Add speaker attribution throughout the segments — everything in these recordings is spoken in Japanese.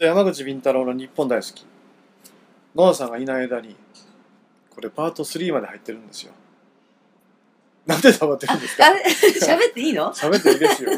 Speaker 1: 山口敏太郎の日本大好き野田さんがいない間にこれパート3まで入ってるんですよなんで黙ってるん ですか
Speaker 2: あれ喋っていいの
Speaker 1: 喋っていいですよ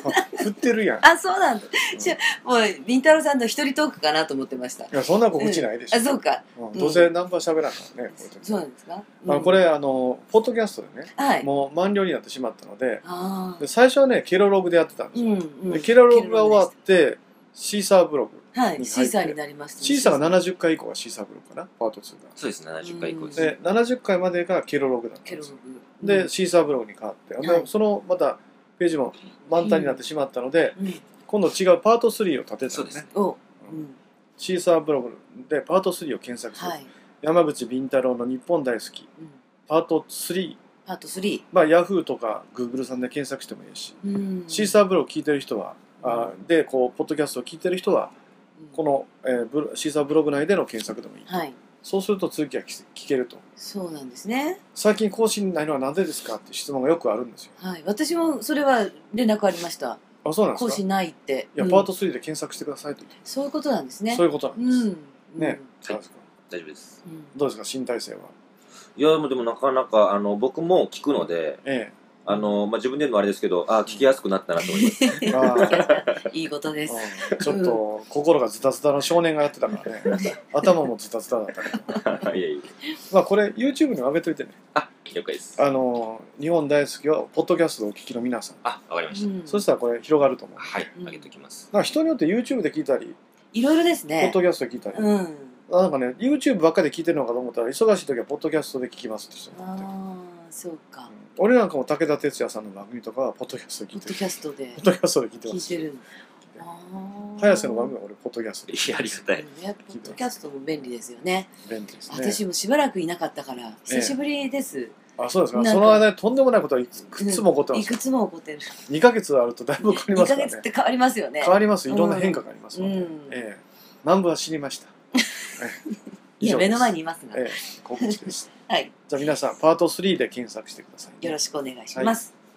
Speaker 1: 振ってるやん
Speaker 2: あ、そうなんだ。しもう、りんたろさんの一人トークかなと思ってました。
Speaker 1: いやそんな告知ないでしょ
Speaker 2: あ、、そうか。
Speaker 1: うんどうせナンパ喋らんからねこういう時
Speaker 2: そうなんですか。
Speaker 1: まあ、こ
Speaker 2: れ、
Speaker 1: れあのポッドキャストでね、
Speaker 2: はい。
Speaker 1: もう満了になってしまったので
Speaker 2: ああ
Speaker 1: で。最初はねケロログでやってたんで
Speaker 2: う
Speaker 1: すよ、
Speaker 2: ん、うん。
Speaker 1: でケロログが終わってシーサーブログ
Speaker 2: は
Speaker 1: に入って
Speaker 2: い、シーサーになりましたね。
Speaker 1: シーサーが70回以降がシーサーブログかなパート2が
Speaker 3: そうですね、70回以降ですね。
Speaker 1: で70回までがケロログだったん
Speaker 2: ケ
Speaker 1: で
Speaker 2: ロ
Speaker 1: す
Speaker 2: ロ
Speaker 1: よ
Speaker 2: グ。
Speaker 1: で、シーサーブログに変わって、あの
Speaker 2: はい
Speaker 1: そのまたページも満タンになってしまったので、
Speaker 2: うん、うん。
Speaker 1: 今度違うパート3を立てた
Speaker 3: そ
Speaker 1: ん
Speaker 3: う
Speaker 1: で
Speaker 3: です
Speaker 1: ね
Speaker 3: す。
Speaker 2: お、う
Speaker 1: うん
Speaker 2: ん。
Speaker 1: シーサーブログでパート3を検索する、
Speaker 2: はい。
Speaker 1: 山口敏太郎の日本大好き
Speaker 2: うん。
Speaker 1: パート3
Speaker 2: パート3。
Speaker 1: まあヤフーとかグーグルさんで検索してもいいし、
Speaker 2: うん。
Speaker 1: シーサーブログ聞いてる人は、あでこうポッドキャストを聞いてる人は
Speaker 2: うん
Speaker 1: この、えーブロシーサーブログ内での検索でもいい、
Speaker 2: はい。
Speaker 1: そうすると続きが聞聞けると
Speaker 2: そうなんですね。
Speaker 1: 最近更新ないのはなぜですかって質問がよくあるんですよ
Speaker 2: はい。私もそれは連絡ありました。
Speaker 1: あそうなんです
Speaker 2: 講
Speaker 1: か
Speaker 2: 師ないって。
Speaker 1: いや、
Speaker 2: うん
Speaker 1: パート3で検索してくださいと、
Speaker 2: そういうことなんですね。
Speaker 1: そう
Speaker 2: う
Speaker 1: いうことなんです、
Speaker 2: ん。
Speaker 1: ね
Speaker 3: はい
Speaker 1: どうですか
Speaker 3: 大丈夫です。
Speaker 2: うん。
Speaker 1: どうですか新体制はい
Speaker 3: や、でもでもなかなか、あの、僕も聞くので、
Speaker 1: え
Speaker 3: あの、まあ、自分で言うのもあれですけど、あ、聞きやすくなったなと思います。
Speaker 1: えまあ
Speaker 2: いいことです。
Speaker 1: うんちょっと心がズタズタの少年がやってたからね頭もズタズタだったから
Speaker 3: いやいや
Speaker 1: まあこれ YouTube にも上げといてね
Speaker 3: あ、了解です。
Speaker 1: あの日本大好きはポッドキャストでお聞きの皆さん、
Speaker 3: あ、わかりました。
Speaker 2: うん
Speaker 1: そしたらこれ広がると思う
Speaker 3: はい、
Speaker 2: うん
Speaker 3: 上げておきます。
Speaker 1: なんか人によって YouTube で聞いたり、
Speaker 2: いろいろです
Speaker 1: ポッ
Speaker 2: ね
Speaker 1: ド。キャストで聞いたり、
Speaker 2: うん。
Speaker 1: なんかね YouTube ばっかりで聞いてるのかと思ったら忙しい時はポッドキャストで聞きますって人もいて
Speaker 2: ああ、そうか
Speaker 1: うん。俺なんかも武田鉄矢さんの番組とかはポッドキャストで聞
Speaker 2: ポ
Speaker 1: い
Speaker 2: ッ
Speaker 1: て
Speaker 2: ド
Speaker 1: る
Speaker 2: キャストで
Speaker 1: ポッドキャストで聞いて
Speaker 2: 聞
Speaker 1: ま
Speaker 2: い
Speaker 1: す
Speaker 2: てるの。ああ。
Speaker 1: 早瀬の番組は俺ポッドキャストで
Speaker 3: いや、ありがたい。
Speaker 2: ね、ポッドキャストも便利ですよね。
Speaker 1: 便利ですね
Speaker 2: 私もしばらくいなかったから、久しぶりです。
Speaker 1: あそうですか
Speaker 2: なんか
Speaker 1: その間にとんでもないことはいくつも起こってま
Speaker 2: い
Speaker 1: すか
Speaker 2: く
Speaker 1: ら、
Speaker 2: つも起こってる。
Speaker 1: 2ヶ月あるとだいぶ変わります
Speaker 2: 2ヶ
Speaker 1: から
Speaker 2: 月っ
Speaker 1: ね
Speaker 2: て変わりますよね
Speaker 1: 変。わりますいろんな変化があります
Speaker 2: う
Speaker 1: ので、
Speaker 2: ん。
Speaker 1: ええ南部は死にましたええ 以
Speaker 2: いや、
Speaker 1: 上です
Speaker 2: 目の前にいますが。
Speaker 1: ええ告知です
Speaker 2: はい。
Speaker 1: じゃあ皆さんパート3で検索してくださいね、
Speaker 2: よろしくお願いします。